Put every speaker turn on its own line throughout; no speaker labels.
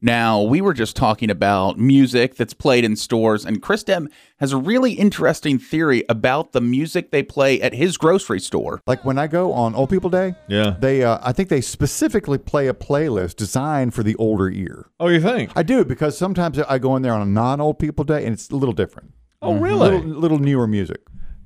Now, we were just talking about music that's played in stores, and Chris Dem has a really interesting theory about the music they play at his grocery store.
Like when I go on Old People Day,
Yeah.
they uh, I think they specifically play a playlist designed for the older ear.
Oh, you think?
I do because sometimes I go in there on a non Old People Day and it's a little different,
Oh,
little,
really?
little newer music.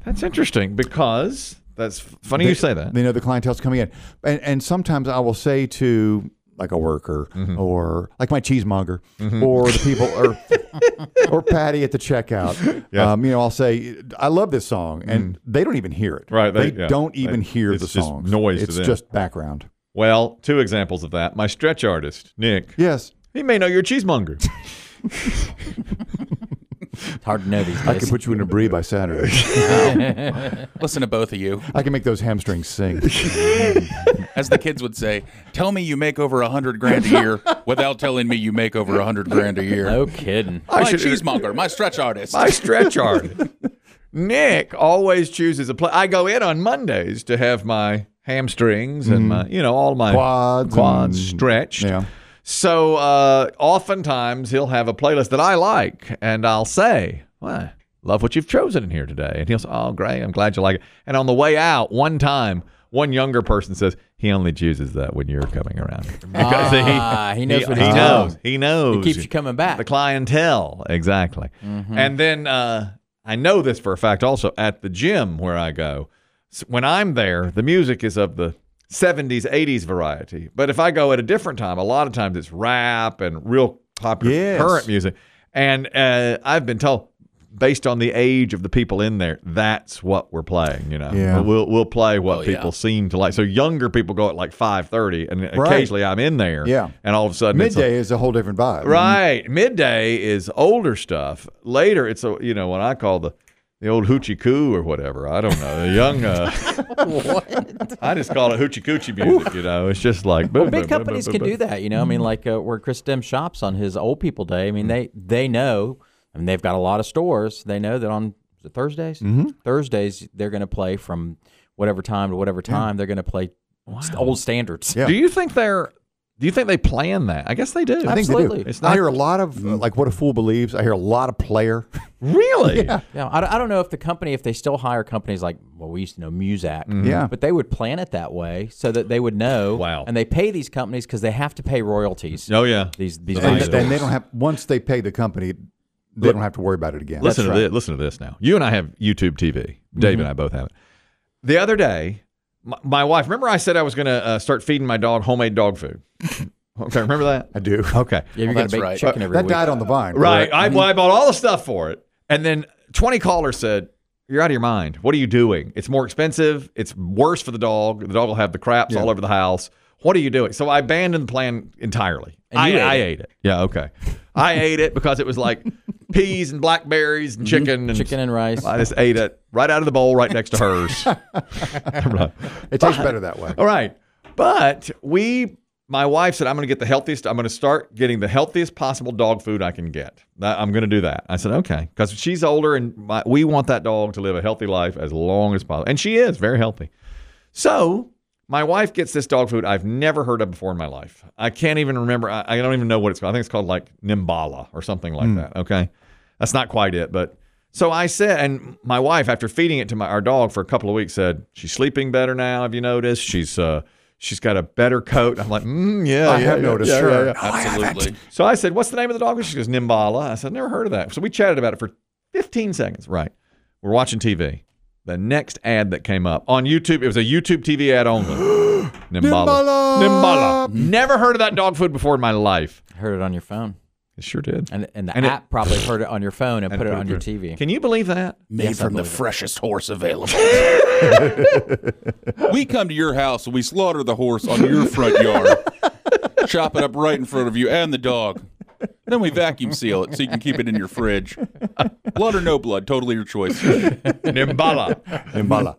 That's interesting because that's funny you say that.
They know the clientele's coming in, and and sometimes I will say to like a worker
Mm-hmm.
or like my cheesemonger or the people or or Patty at the checkout.
Yeah. Mm.
Um, you know, I'll say I love this song, and they don't even hear it.
Right,
They,
they- yeah.
don't even
They-
hear
it's
the
just
song.
noise to
It's
them.
just background.
Well, two examples of that. My stretch artist, Nick,
Yes.
he may know you're a cheesemonger.
It's hard to know these
I can
days.
put you in a brie by Saturday.
Listen to both of you.
I can make those hamstrings sing.
As the kids would say, tell me you make over a hundred grand a year without telling me you make over a hundred grand a year.
no kidding.
My
should-
cheesemonger, my stretch artist.
My stretch artist. Nick always chooses a play. I go in on Mondays to have my hamstrings and my, you know, all my
Quads
quads
and-
stretched.
Mm, Yeah.
So uh, oftentimes he'll have a playlist that I like, and I'll say, "Well, love what you've chosen in here today." And he'll say, "Oh, great! I'm glad you like it." And on the way out, one time, one younger person says, "He only chooses that when you're coming around." Because
Ah, he knows what he's
he
doing.
knows. He knows.
It keeps you coming back.
The clientele, exactly.
Mm-hmm.
And then uh, I know this for a fact. Also, at the gym where I go, s- when I'm there, the music is of the 70s, 80s variety. But if I go at a different time, a lot of times it's rap and real popular
Yes.
current music. And uh, I've been told. Based on the age of the people in there, that's what we're playing. You know,
Yeah.
we'll we'll play what
Oh, yeah.
people seem to like. So younger people go at like five thirty, and
Right.
occasionally I'm in there.
Yeah.
and all of a sudden it's a-
Midday is a whole different vibe.
Right. Midday is older stuff. Later, it's a you know what I call the the old hoochie coo or whatever. I don't know. The young. Uh, I just call it hoochie coochie music. You know, it's just like boom,
Well,
boom,
big
boom,
companies
boom,
can
boom,
do that. You know, I mean, like uh, where Chris Dem shops on his Old People Day. I mean, they they know, I mean, they've got a lot of stores. They know that on is it Thursdays, Thursdays they're going to play from whatever time to whatever time. They're going to play st- old standards.
Yeah.
Do you think they're? Do you think they plan that? I guess they do.
I think they do.
Absolutely.
It's
I
not- Mm.
hear a lot of uh, like what a fool believes. I hear a lot of player.
really.
Yeah, I, don't- I don't know if the company, if they still hire companies like, well, we used to know
Mm.
Muzak,
Mm-hmm. Yeah.
but they would plan it that way so that they would know.
Wow.
And they pay these companies because they have to pay royalties.
Oh yeah.
These these.
and,
big
Right.
and they don't have once they pay the company, they don't have to worry about it again.
Listen to this. Listen to this now. You and I have YouTube TV. Dave
Mm-hmm.
and I both have it. The other day, my, my wife. Remember, I said I was going to uh, start feeding my dog homemade dog food. okay, remember that?
I do.
Okay.
Yeah, you're going
that's
to bake
right.
chicken every
That
week.
died on the vine.
Right.
correct?
I, well, I bought all the stuff for it. And then 20 callers said, You're out of your mind. What are you doing? It's more expensive. It's worse for the dog. The dog will have the craps all over the house. What are you doing? So I abandoned the plan entirely.
And
I,
you ate
I
it.
ate it. Yeah. Okay. I ate it because it was like peas and blackberries and chicken and
Mm-hmm. Chicken and rice.
I just ate it right out of the bowl right next to hers. Right.
It tastes better that way.
All right. But we, my wife said, I'm going to get the healthiest. I'm going to start getting the healthiest possible dog food I can get. That- I'm going to do that. I said, okay. Because she's older and my, we want that dog to live a healthy life as long as possible. And she is very healthy. So my wife gets this dog food I've never heard of before in my life. I can't even remember. I, I don't even know what it's called. I think it's called like Nimbala or something
Hmm.
like that. Okay. That's not quite it. But so I said, and my wife, after feeding it to my, our dog for a couple of weeks, said, she's sleeping better now. Have you noticed? She's, uh, She's got a better coat. I'm like, mm, yeah,
I
yeah,
have
yeah,
noticed
yeah,
her.
yeah, yeah.
Absolutely.
So I said, What's the name of the dog? She goes, Nimbala. I said, Never heard of that. So we chatted about it for 15 seconds. Right. We're watching TV. The next ad that came up on YouTube, it was a YouTube TV ad only. Nimbala. Nimbala. Never heard of that dog food before in my life.
Heard it on your phone.
It sure did.
And, and the
And it-
app probably heard it on your phone and, put it on your TV.
Can you believe that?
Made from the freshest horse available. we come to your house and we slaughter the horse on your front yard, chop it up right in front of you and the dog. Then we vacuum seal it so you can keep it in your fridge. Blood or no blood, totally your choice.
Nimbala.
Nimbala.